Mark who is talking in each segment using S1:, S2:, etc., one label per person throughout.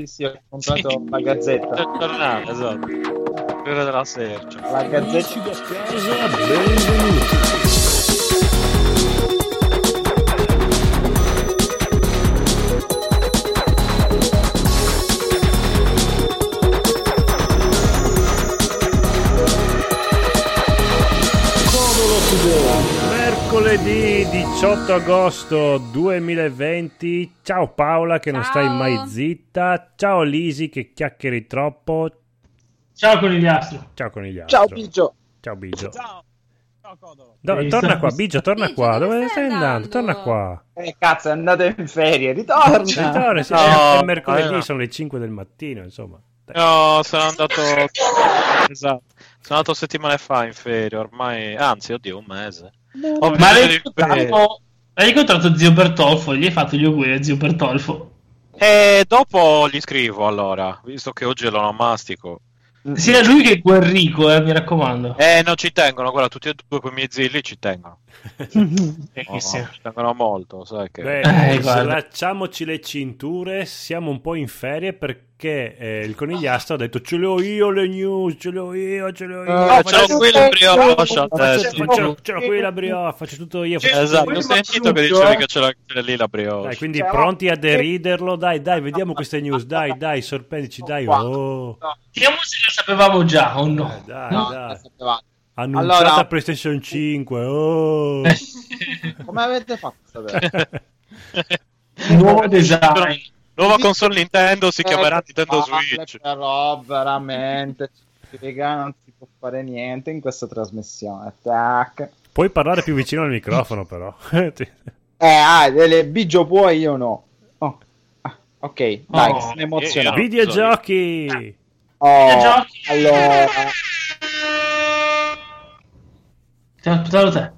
S1: Sì, sì, ho comprato la gazzetta.
S2: Il giornale, esatto. Quello della Sergio.
S1: La gazzetta.
S3: Amici da casa, benvenuti. Mercoledì 18 agosto 2020. Ciao Paola che non
S4: Ciao.
S3: stai mai zitta. Ciao Lisi che chiacchieri troppo.
S5: Ciao conigliastro.
S3: Ciao Conigliastro.
S1: Ciao Biggio.
S3: Ciao Bigio.
S2: Ciao. Ciao Codolo.
S3: Do-
S5: Sì,
S3: torna
S5: sta-
S3: qua, Bigio, torna
S4: Bigio,
S3: qua.
S4: dove
S3: Dove stai,
S4: stai
S3: andando?
S4: andando?
S3: Torna qua.
S1: Eh, cazzo, è andato in ferie. Ritorna.
S3: Ritorna,
S5: Ah,
S3: sì,
S2: No,
S3: è mercoledì,
S2: vabbè.
S3: sono le 5 del mattino, insomma. Dai.
S2: No, sono andato. esatto. Sono andato settimane fa in ferie, ormai. Anzi, oddio, un mese. Ho
S5: Ma
S2: bisogno
S5: l'hai
S2: di ferie.
S5: incontrato, l'hai incontrato zio Bertolfo e gli hai fatto gli auguri a zio Bertolfo.
S2: E Eh, dopo gli scrivo allora, visto che oggi è l'onomastico.
S5: Sia lui che Guerrico, eh, mi raccomando.
S2: Eh, non ci tengono, guarda, tutti e due quei miei zilli ci tengono.
S5: Eh,
S2: Oh,
S5: che sia.
S2: Ci tengono molto, sai che.
S3: Beh,
S5: Eh, guarda.
S3: slacciamoci le cinture, siamo un po' in ferie perché eh, il conigliastro ha detto ce le ho io le news, ce le ho io, ce le ho io.
S1: Ah,
S2: Ah,
S3: Faccio-
S2: ce l'ho qui la brioche
S3: faccio-
S2: adesso.
S1: Eh, sì.
S3: faccio- ce l'ho qui la brioche, faccio tutto io. faccio tutto
S2: Esatto,
S3: io.
S2: ho sentito che dicevi che ce l'ha ce l'ha lì la
S1: eh,
S2: brioche.
S3: eh. Dai, quindi
S1: Però-
S3: pronti a deriderlo? Dai, dai, vediamo queste news. Dai, dai, sorprendici, dai. Oh.
S5: Vediamo se lo sapevamo già o
S3: Eh,
S5: no.
S3: dai,
S1: No, la
S3: dai.
S1: sapevate.
S3: Annunciata
S1: Allora-
S3: PlayStation 5. Oh.
S1: Come avete fatto a sapere?
S5: Eh, Nuovo design.
S2: Nuova console Nintendo si chiamerà Nintendo Switch.
S1: Però veramente, raga, non si può fare niente in questa trasmissione. Tac.
S3: Puoi parlare più vicino al microfono, però.
S1: Eh, ah, delle bigio puoi, io no. Oh. Ah, ok, dai,
S5: Oh,
S1: sono emozionato.
S2: io-
S3: Videogiochi.
S1: Oh,
S5: Giochi.
S1: allora,
S5: Ti ho aspettato te.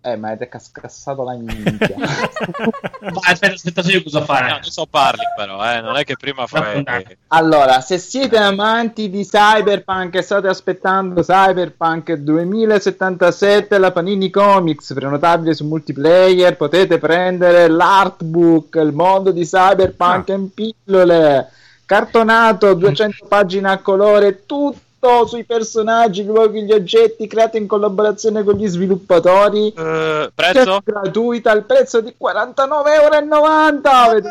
S1: eh, ma avete cas- cassato la minchia.
S5: Ma aspetta, aspetta, so io cosa
S2: Eh,
S5: fare.
S2: adesso parli però, eh, non è che prima fai...
S1: allora, se siete amanti di Cyberpunk e state aspettando Cyberpunk 2077, la Panini Comics, prenotabile su multiplayer, potete prendere l'artbook, il mondo di Cyberpunk
S3: Ah.
S1: in pillole,
S3: Mm.
S1: cartonato, 200 pagine a colore, tutto sui personaggi, i luoghi, gli oggetti, creato in collaborazione con gli sviluppatori.
S2: Eh,
S1: Prezzo
S2: prezzo?
S1: gratuita al prezzo di 49,90 euro.
S3: Beh,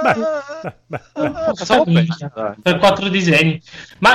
S3: beh, beh.
S2: Stavo
S5: Minchia,
S2: pensando, dai.
S5: per quattro disegni. Ma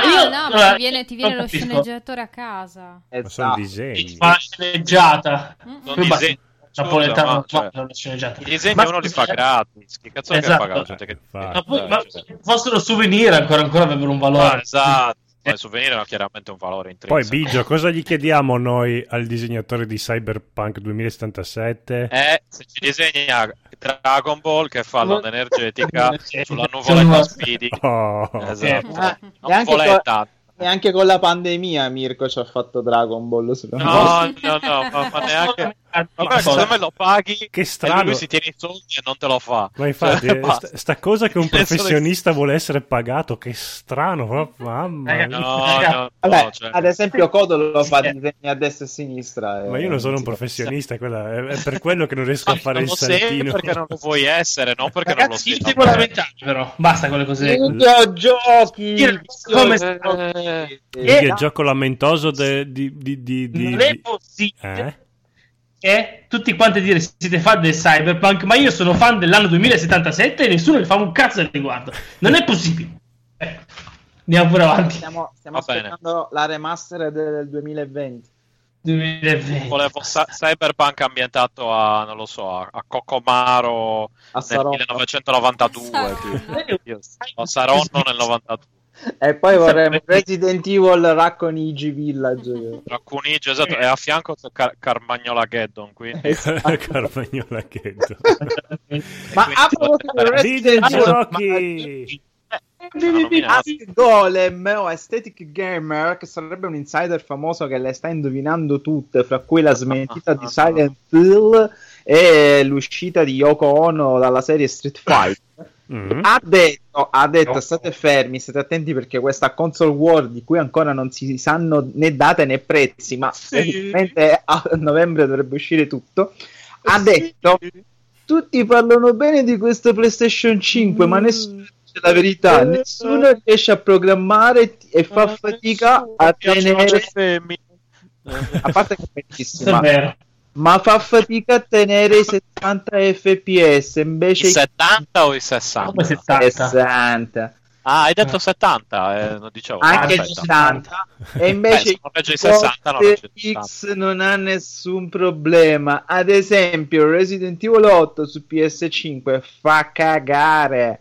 S4: No,
S5: Ah, io
S4: no, ma
S5: allora,
S4: ti viene, ti
S5: non
S4: viene lo
S5: capisco.
S4: sceneggiatore a casa. Mm,
S3: Ma sono
S1: esatto.
S3: disegni.
S5: Fa la sceneggiata.
S4: Mm-mm.
S2: Non
S5: Poi basta.
S2: disegni, scusa,
S5: Napoletano
S2: ma, cioè,
S5: ma non la sceneggiata.
S2: I disegni
S5: Ma
S2: uno li fa
S3: Esatto.
S5: scusa,
S2: gratis, che cazzo che
S5: Esatto.
S2: paga la gente che...
S3: Infatti.
S5: Ma, poi,
S2: Dai,
S5: ma
S2: cioè.
S5: fossero souvenir ancora, ancora avrebbero un valore.
S2: Ah, esatto, ma il souvenir ha chiaramente un valore
S3: Poi
S2: intrinseco.
S3: Biggio, cosa gli chiediamo noi al disegnatore di Cyberpunk 2077?
S2: Eh, se ci disegna Dragon Ball che fa l'onda energetica sulla
S5: Sono-
S2: nuvoletta Speedy.
S3: Oh.
S2: Esatto.
S1: Ah, e
S2: Non
S1: anche
S2: voletta.
S1: E anche con la pandemia Mirko ci ha fatto Dragon Ball sulla
S2: No, no, no, ma, ma neanche... Ma guarda, secondo me lo paghi
S3: Che
S2: e
S3: strano.
S2: lui si tiene i soldi e non te lo fa.
S3: Ma infatti,
S2: Cioè,
S3: eh,
S2: basta.
S3: sta, sta cosa che un
S2: Nel senso
S3: professionista vuole essere pagato, che strano, ma- mamma
S5: Raga,
S3: mia.
S2: Eh, No, no,
S1: Vabbè,
S2: no, cioè,
S1: ad esempio Codolo lo fa
S5: Sì.
S1: disegni a destra e a sinistra. eh.
S3: Ma io non sono un professionista, quella- è, è per quello che non riesco a fare
S2: non
S3: il
S2: lo sei
S3: saltino.
S2: perché non lo vuoi essere, non Eh. perché
S5: Ragazzi, io
S2: non
S5: devo
S2: lo sei.
S5: lamentare però. Basta con le
S3: Eh,
S5: cose.
S1: Videogiochi!
S5: Sì, come se-
S1: Videogiochi.
S3: Il
S5: Eh,
S3: videogioco lamentoso de- di... di, di, di-
S5: non è
S3: di-
S5: possibile
S3: Eh?
S5: che tutti quanti dire siete fan del cyberpunk, ma io sono fan dell'anno 2077 e nessuno ne fa un cazzo al riguardo. Non è possibile. Eh, Andiamo pure avanti.
S1: Stiamo, stiamo
S2: Va bene.
S1: aspettando la remaster del 2020.
S5: 2020.
S2: Volevo sa- cyberpunk ambientato a, non lo so, a, a Cocomaro
S1: A
S2: nel
S1: Saronno.
S2: 1992,
S4: Saronno.
S2: tipo. Io- a Saronno nel 92.
S1: E poi vorremmo Resident Evil Racconigi Village.
S2: Tra Cunigi, esatto, e a fianco c'è Car- Carmagnola Geddon, quindi...
S1: Eh,
S3: Carmagnola Cheto.
S1: Ma
S2: Quindi-
S1: a proposito di Resident Evil,
S3: Videogiochi!
S1: Ask Golem o Aesthetic Gamer, che sarebbe un insider famoso che le sta indovinando tutte, fra cui la smentita di Silent Hill e l'uscita di Yoko Ono dalla serie Street Fighter.
S3: Mm.
S1: Ha detto, ha detto, state fermi, state attenti perché questa console war di cui ancora non si sanno né date né prezzi, ma evidentemente a novembre dovrebbe uscire tutto. Ha detto, tutti parlano bene di questa PlayStation 5, ma nessuno dice la verità, nessuno riesce a programmare e fa fatica a tenere, Eh, a parte che è
S5: è
S1: bellissima,
S5: vero.
S1: ma fa fatica a tenere i 70 fps, invece
S2: I 70 o i 60?
S5: Come 70.
S1: 60,
S2: Ah, hai detto 70, eh, non dicevo.
S1: anche
S2: Aspetta. Eh,
S1: 60, e
S2: Beh,
S1: invece
S2: se non legge i 60, non legge i 70.
S1: X non ha nessun problema. Ad esempio, Resident Evil 8 su PS5 fa cagare.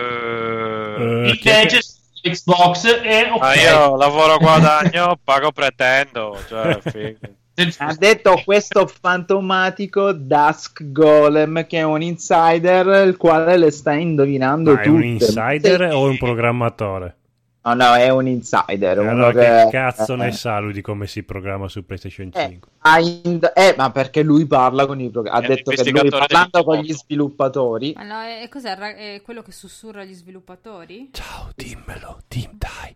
S2: Eh,
S3: Eh, chi è che-
S5: Invece su Xbox è ok. Eh,
S2: ma Ah, io lavoro, guadagno, pago, pretendo. Cioè, figo.
S1: Ha detto questo fantomatico Dusk Golem che è un insider il quale le sta indovinando
S3: Ma è
S1: tutte.
S3: un insider
S1: Sì.
S3: o un programmatore?
S1: No, no, è un insider. uno
S3: Eh, Allora che
S1: che-
S3: cazzo ne
S1: eh,
S3: sa lui di come si programma su PlayStation
S1: Eh.
S3: 5?
S1: ha ind- eh, ma perché lui parla con i pro- ha
S2: È un
S1: detto che lui
S2: investigatore
S1: parlando
S2: del
S1: con
S2: mondo.
S1: gli sviluppatori
S4: Ma no, è, cos'è? Ra- è quello che sussurra agli sviluppatori?
S3: Ciao, dimmelo, dim, dai.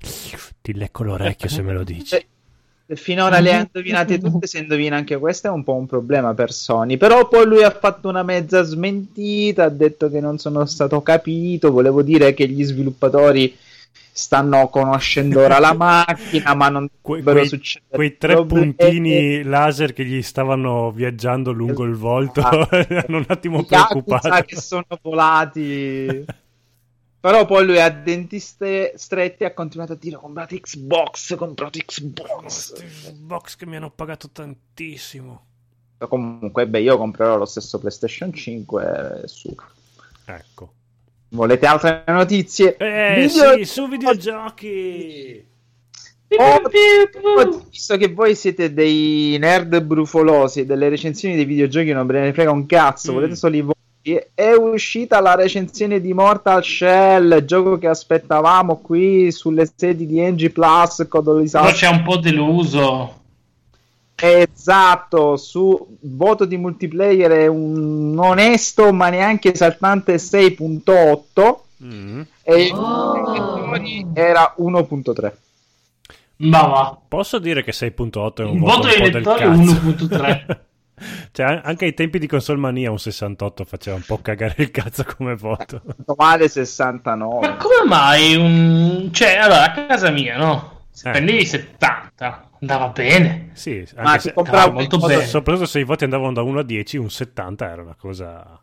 S3: Ti lecco l'orecchio se me lo dici.
S1: Cioè, finora le ha
S3: Mm-hmm.
S1: indovinate tutte, se indovina anche questa è un po' un problema per Sony. Però poi lui ha fatto una mezza smentita, ha detto che non sono stato capito, volevo dire che gli sviluppatori stanno conoscendo ora la macchina, ma non
S3: Que-
S1: dovrebbero
S3: quei,
S1: succedere
S3: quei tre
S1: problemi.
S3: puntini laser che gli stavano viaggiando lungo il volto
S1: Ah.
S3: erano un attimo
S1: Gli Yakuza
S3: preoccupato.
S1: che sono volati. Però poi lui a denti ste- stretti ha continuato a dire comprate Xbox, comprate Xbox.
S3: Box che mi hanno pagato tantissimo.
S1: Comunque, beh, io comprerò lo stesso PlayStation 5 eh, su.
S3: Ecco.
S1: Volete altre notizie?
S3: Eh
S1: Video-
S3: sì, su videogiochi.
S1: Oh, visto che voi siete dei nerd brufolosi delle recensioni dei videogiochi, non ve ne frega un cazzo,
S3: Mm.
S1: volete solo i vostri. È uscita la recensione di Mortal Shell, gioco che aspettavamo qui sulle sedi di NG Plus,
S5: Però
S1: Codolisato.
S5: c'è un po' deluso.
S1: Esatto, su voto di multiplayer è un onesto ma neanche esaltante 6.8
S3: Mm.
S1: e
S5: Oh.
S1: era 1.3.
S5: Ma va.
S3: Posso dire che 6.8 è un
S5: Il
S3: voto,
S5: voto
S3: un po'
S5: dei
S3: del
S5: lettori è
S3: cazzo.
S5: 1.3.
S3: cioè, an- anche ai tempi di Consolmania un 68 faceva un po' cagare il cazzo come voto.
S1: Tanto Male 69.
S5: Ma come mai un... Cioè, allora, a casa mia, no? Se
S3: Eh.
S5: prendevi 70, andava bene.
S3: Sì, anche
S1: Ma
S3: se-
S1: ti compravo
S5: no, molto
S1: il
S5: bene.
S3: soprattutto se i voti andavano da 1 a 10, un 70 era una cosa...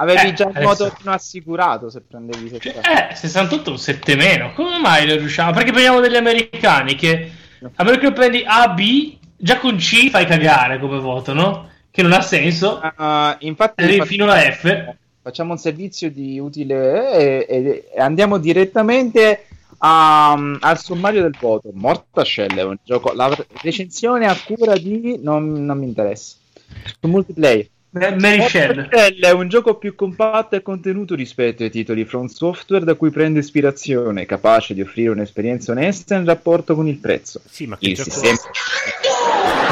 S1: Avevi
S5: Eh,
S1: già il
S5: adesso-
S1: motorino assicurato se prendevi
S5: Cioè,
S2: Certo.
S1: 70.
S5: eh, 68 un 7 meno. Come mai non riusciamo? Perché prendiamo degli americani che a meno che non prendi A, B, già con C fai cagare come voto, no? Che non ha senso.
S1: Ah, infatti,
S5: Arrivi
S1: infatti-
S5: fino alla F.
S1: facciamo un servizio di utile e, e- e andiamo direttamente a- al sommario del voto. Morta Shell è un gioco. La recensione a cura di. Non, non mi interessa. Su multiplayer.
S5: Eh, Mary Shell.
S1: Mortacell è un gioco più compatto e contenuto rispetto ai titoli From Software da cui prende ispirazione, capace di offrire un'esperienza onesta in rapporto con il prezzo.
S3: Sì, ma che
S1: Il
S3: gioco...
S1: sistema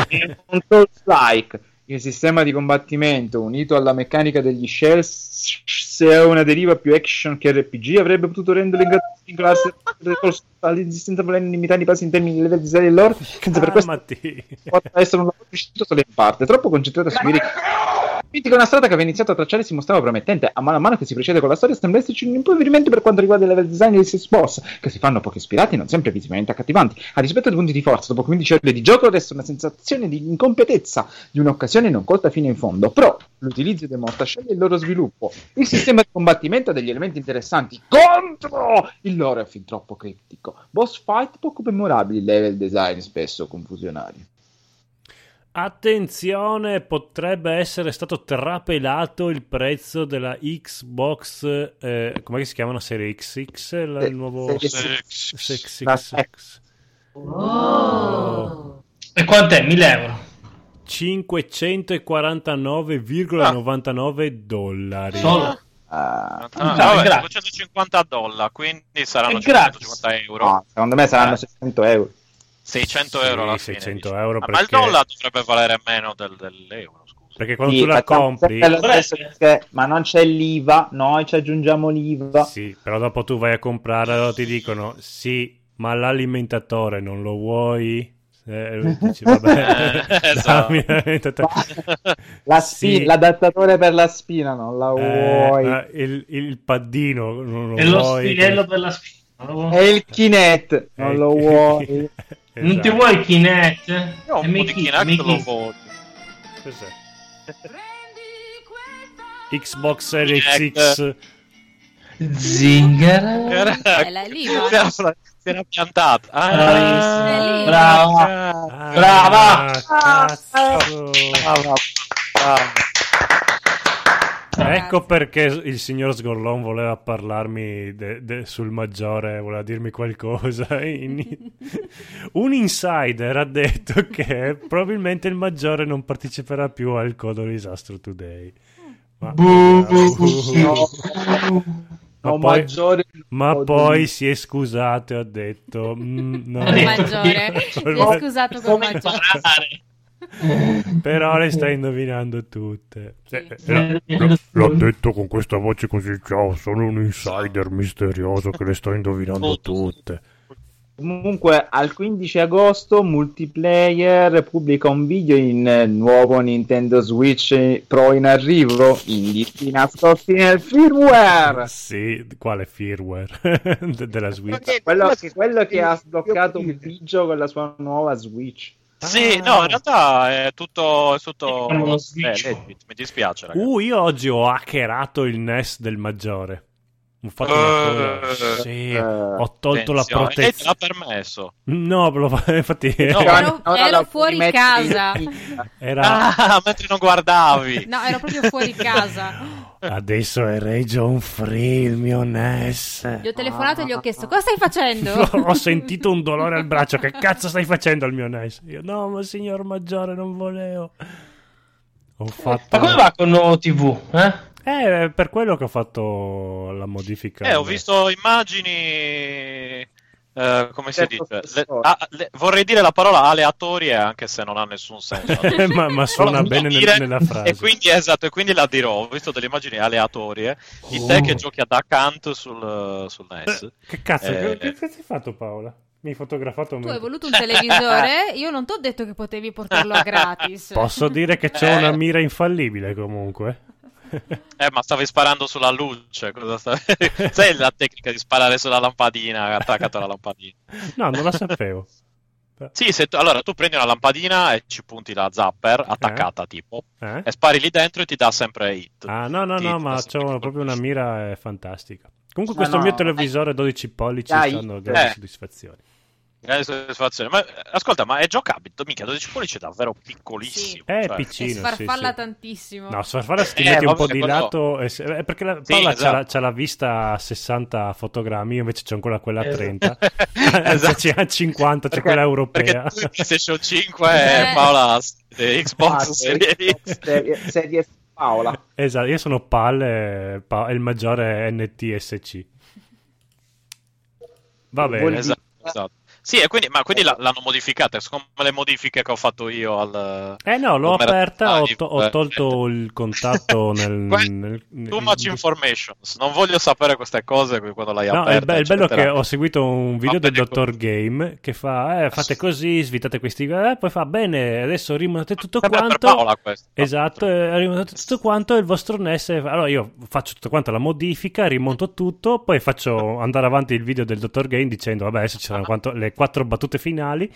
S1: il control strike, il sistema di combattimento unito alla meccanica degli shells, se è una deriva più action che RPG, avrebbe potuto rendere in grado di classe all'esistenza volendo limitare i passi in termini di level di serie e lore, senza
S3: Ah,
S1: per questo
S3: Calmati.
S1: porta a essere un lavoro riuscito solo in parte, troppo concentrato a seguire. Quindi con una strada che aveva iniziato a tracciare si mostrava promettente, a mano a mano che si procede con la storia sembra esserci un impoverimento per quanto riguarda i level design dei stessi boss, che si fanno poco ispirati, non sempre visivamente accattivanti. A rispetto dei punti di forza, dopo 15 ore di gioco resta una sensazione di incompletezza, di un'occasione non colta fino in fondo. Però l'utilizzo dei mortascelli e il loro sviluppo, il sistema di combattimento ha degli elementi interessanti, contro il loro è fin troppo criptico, boss fight poco memorabili, level design spesso confusionari.
S3: Attenzione, potrebbe essere stato trapelato il prezzo della Xbox. Eh, com'è che si chiama la serie XX? La- il nuovo
S1: Serie Ah,
S2: X.
S1: La-
S3: 666.
S1: eh.
S3: Oh.
S5: E quant'è? 1000 euro.
S3: 549,99 dollari.
S5: Solo.
S1: Ah,
S2: Ah,
S5: Dai,
S2: vabbè,
S5: grazie.
S2: 250 dollari, quindi saranno
S5: E grazie. Ah,
S2: 150 euro.
S1: no, secondo me saranno
S2: Eh.
S1: 600 euro.
S2: 600
S3: Sì,
S2: euro alla
S3: 600
S2: fine. dici.
S3: euro
S2: Ah, Ma il
S3: perché-
S2: dollaro dovrebbe valere meno del- dell'euro, scusa.
S3: Perché quando
S1: Sì,
S3: tu la
S1: facciamo
S3: compri,
S1: sempre lo
S5: Vabbè.
S1: stesso perché- ma non c'è l'IVA, noi ci aggiungiamo l'IVA.
S3: sì, però dopo tu vai a comprare, allora ti dicono sì, ma l'alimentatore non lo vuoi? Eh, dici, vabbè,
S2: Eh, esatto.
S3: dammi la mentata.
S1: La spi-
S3: Sì.
S1: L'adattatore per la spina non la
S3: Eh,
S1: vuoi.
S3: ma il, il paddino non lo
S5: E lo
S3: vuoi.
S5: spinello per la spina. no?
S2: Eh.
S1: È il Kinect,
S3: Eh,
S1: non lo vuoi.
S5: Non ti
S3: Esatto.
S5: vuoi Kinect?
S2: Io
S5: E
S2: un po' di
S5: Mickey-
S2: Kinect
S5: Mickey-
S2: lo voglio.
S3: Cos'è? Xbox Series
S2: Kinect.
S3: X
S5: Zingara.
S2: Era-
S4: Bella, è lì, va.
S2: si era- si era piantata.
S5: Bravissima.
S2: Ah,
S5: Brava.
S2: eh,
S3: Ah,
S5: Brava!
S1: Ah,
S3: cazzo.
S1: eh.
S2: Brava. Brava.
S3: Ecco perché il signor Sgorlon voleva parlarmi de- de- sul maggiore, voleva dirmi qualcosa. In- Un insider ha detto che probabilmente il maggiore non parteciperà più al Codo Disastro Today. Ma,
S5: Bu, bu, bu.
S1: No.
S3: Ma
S1: No,
S3: poi-
S1: maggiore-
S3: ma
S1: Oh,
S3: poi
S1: Dio.
S3: si è scusato e ha detto: "Mm, no,
S5: Ha detto-
S4: maggiore. Mi ha scusato col
S5: Come
S4: maggiore.
S5: imparare?
S3: Però le stai indovinando tutte.
S4: Sì.
S3: Eh, eh,
S5: Eh,
S6: L'ha l'ha detto con questa voce così, ciao, sono un insider misterioso che le sto indovinando tutte.
S1: Comunque, al 15 agosto, Multiplayer pubblica un video in eh, nuovo Nintendo Switch eh, Pro in arrivo, indizi nascosti nel firmware.
S3: Sì, quale firmware De- della Switch?
S1: Quello, quello che ha sbloccato un video con la sua nuova Switch.
S2: Sì, no, in realtà è tutto. È tutto
S5: È uno
S2: eh,
S5: switch.
S2: legit, mi dispiace, ragazzi.
S3: Uh, io oggi ho hackerato il NES del maggiore. Ho fatto una cosa.
S2: Eh,
S3: Sì,
S1: eh,
S3: ho tolto la
S2: Attenzione. Eh, Lei te l'ha
S3: protezione.
S2: permesso.
S3: No, ve lo fa- infatti
S2: No.
S1: Cioè,
S4: Ero-
S1: ora
S4: ero
S1: la puoi
S4: fuori
S1: mettere
S4: casa.
S1: in-
S3: era
S2: Ah, mentre non guardavi.
S4: No, ero proprio fuori casa.
S3: adesso è region free il mio NES.
S4: Gli ho telefonato e gli ho chiesto cosa stai facendo.
S3: ho sentito un dolore al braccio. Che cazzo stai facendo al mio NES? Io, no, ma signor Maggiore, non volevo. Ho fatto.
S5: Ma come va con Noo TV? Eh?
S3: Eh, per quello che ho fatto la modifica.
S2: Eh, ho visto immagini. eh, come si
S1: Certo,
S2: dice? Le-
S1: professore.
S2: ah, le- vorrei dire la parola aleatorie, anche se non ha nessun senso.
S3: Eh, ma, ma suona
S2: Però
S3: bene nel-
S2: dire-
S3: nella frase.
S2: E quindi, esatto, e quindi la dirò. Ho visto delle immagini aleatorie di
S3: Oh.
S2: te che giochi ad account sul, sul NES.
S3: Che cazzo,
S2: Eh.
S3: che, che cazzo hai fatto Paola? Mi hai fotografato un
S4: Tu hai
S3: momento.
S4: voluto un televisore, io non ti ho detto che potevi portarlo a gratis.
S3: Posso dire che c'è
S2: Eh.
S3: una mira infallibile comunque?
S2: Eh, ma stavi sparando sulla luce. Cosa stavi- Sai la tecnica di sparare sulla lampadina attaccata alla lampadina?
S3: No, non la sapevo.
S2: Sì, se tu- allora tu prendi una lampadina e ci punti la zapper attaccata tipo
S3: Eh?
S2: e spari lì dentro e ti dà sempre hit.
S3: Ah, no, no,
S2: Esatto. Sì,
S3: no,
S2: ti
S3: ma
S2: posso
S3: c'è
S2: dire
S3: una-
S2: che
S3: proprio una mira eh, fantastica. Comunque
S1: Ma
S3: questo
S1: no,
S3: mio
S1: eh.
S3: televisore 12 pollici
S1: Dai.
S3: stanno grandi
S2: Eh.
S3: soddisfazioni.
S2: Grande soddisfazione. Ma eh, ascolta, ma è giocabile? Mica 12 pollici è davvero piccolissimo.
S3: È
S2: cioè.
S4: E
S3: Eh, piccino, sì,
S4: sfarfalla
S3: sì.
S4: tantissimo.
S3: No, Sarfara se ti metti
S2: Eh,
S3: un
S2: vabbè,
S3: po' di
S2: quello-
S3: lato. e se- eh, perché la,
S2: Sì,
S3: Paola c'ha, la,
S2: esatto.
S3: c'ha la vista a 60 fotogrammi, io invece c'ho ancora quella a
S2: Eh.
S5: Esatto.
S3: 30.
S2: Esatto.
S3: Eh, C'è a 50, c'è
S1: Perché-
S3: quella europea.
S2: Perché tu in PlayStation 5 e
S4: Eh.
S2: Paola eh,
S1: Ah,
S2: Xbox Series
S1: serie,
S2: X.
S1: serie- serie Paola.
S2: Eh,
S3: Esatto, io sono PAL e Pa- e il maggiore è NTSC. Va
S1: Vuol
S3: bene.
S1: dire-
S2: Esatto, esatto. Sì, e quindi, ma quindi la- l'hanno modificata, siccome le modifiche che ho fatto io al...
S3: Eh no, l'ho
S2: Come era-
S3: aperta, ho, to- ho
S2: eh,
S3: tolto il contatto nel...
S2: Guarda,
S3: nel- nel-
S2: Too much informations, non voglio sapere queste cose quando l'hai
S3: No,
S2: aperta.
S3: è, be- è bello
S2: eccetera.
S3: che ho seguito un video del
S2: Vabbè,
S3: dottor
S2: ecco.
S3: Game che fa, eh, fate così, svitate questi, eh, poi fa, bene, adesso rimontate tutto
S2: Sempre per
S3: quanto.
S2: Paola questo.
S3: Esatto, eh, rimontate tutto quanto e il vostro NES. è- Allora io faccio tutto quanto la modifica, rimonto tutto, poi faccio andare avanti il video del dottor Game dicendo, vabbè, adesso ci saranno quanto- le quattro battute finali.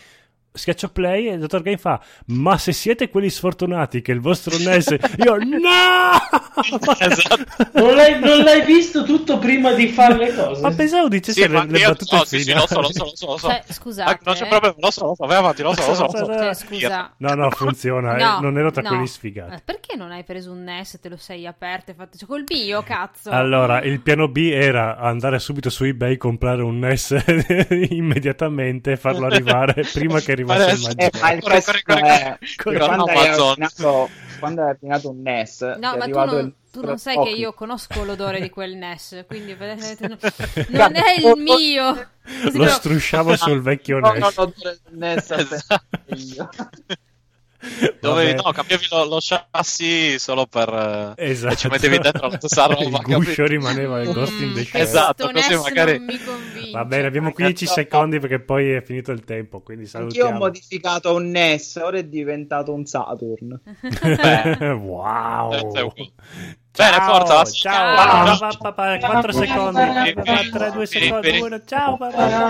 S3: Schiaccio play e il dottor Game fa: Ma se siete quelli sfortunati che il vostro NES. Io, no!
S2: Esatto.
S5: Non, l'hai, non l'hai visto tutto prima di fare le cose?
S3: Ma pensavo dicesse
S2: Sì,
S3: le,
S2: ma
S3: le
S2: io-
S3: battute
S2: no, sì, sì,
S3: finali.
S2: lo so, lo so, lo so, lo so.
S4: Cioè,
S2: Ma
S4: scusate.
S2: non c'è
S4: eh.
S2: problema, lo so, lo so, vai avanti, lo so, lo so. lo so.
S4: Cioè, scusa.
S3: No, no, funziona. eh, non ero tra
S4: no.
S3: quelli sfigati.
S4: Eh, Perché non hai preso un NES e te lo sei aperto e fatto cioè, col bio, cazzo?
S3: Allora, il piano B era andare subito su eBay, comprare un NES immediatamente e farlo arrivare prima che arrivasse il
S2: Adesso-
S1: Eh, ma
S3: maggiore.
S1: il
S2: Corre,
S1: questo
S2: corre, corre,
S1: è-
S3: corre.
S1: quando,
S2: Corre,
S1: hai
S2: Amazon.
S1: ordinato, quando hai ordinato un NES ti
S4: No,
S1: è
S4: ma tu
S1: arrivato
S4: non,
S1: il-
S4: tu non sai che io conosco l'odore di quel NES, quindi vedete, non non è
S1: Guarda,
S4: il mio. Così
S3: Lo
S4: però-
S3: strusciavo sul vecchio
S1: No,
S3: NES.
S1: no, no, il NES
S2: Esatto.
S1: aspetta, io.
S2: Dovevi,
S3: Vabbè.
S2: no, cambiavi lo, lo chassis solo per... eh,
S3: Esatto.
S2: E ci mettevi dentro la stessa roba,
S3: Il guscio
S2: capito?
S3: rimaneva il Ghost in the Shell.
S2: Esatto,
S4: Mm, questo
S2: così
S4: NES
S2: magari-
S4: non mi convince. vince.
S3: Va bene, abbiamo 15
S1: Cazzo.
S3: secondi perché poi è finito il tempo, quindi
S1: Anch'io ho
S3: salutiamo.
S1: modificato un NES, ora è diventato un Saturn.
S3: wow.
S2: Bene, forza,
S3: Ciao.
S2: ciao.
S3: Ciao. 4 secondi. 3, 2 secondi. 1. Ciao. papà.